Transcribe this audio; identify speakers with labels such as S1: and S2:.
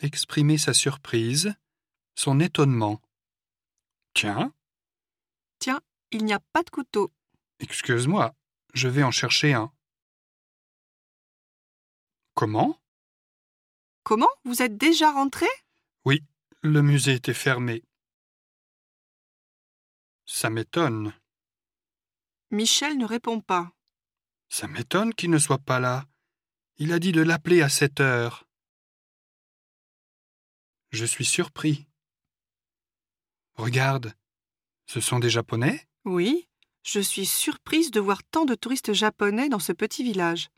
S1: exprimer sa surprise, son étonnement. Tiens,
S2: Tiens, il n'y a pas de couteau.
S1: excuse-moi, je vais en chercher un. Comment
S2: Comment Vous êtes déjà rentré
S1: Le musée était fermé. Ça m'étonne,
S2: Michel ne répond pas.
S1: ça m'étonne qu'il ne soit pas là. Il a dit de l'appeler à cette heure. Je suis surpris. Regarde, ce sont des Japonais
S2: Oui, je suis surprise de voir tant de touristes japonais dans ce petit village.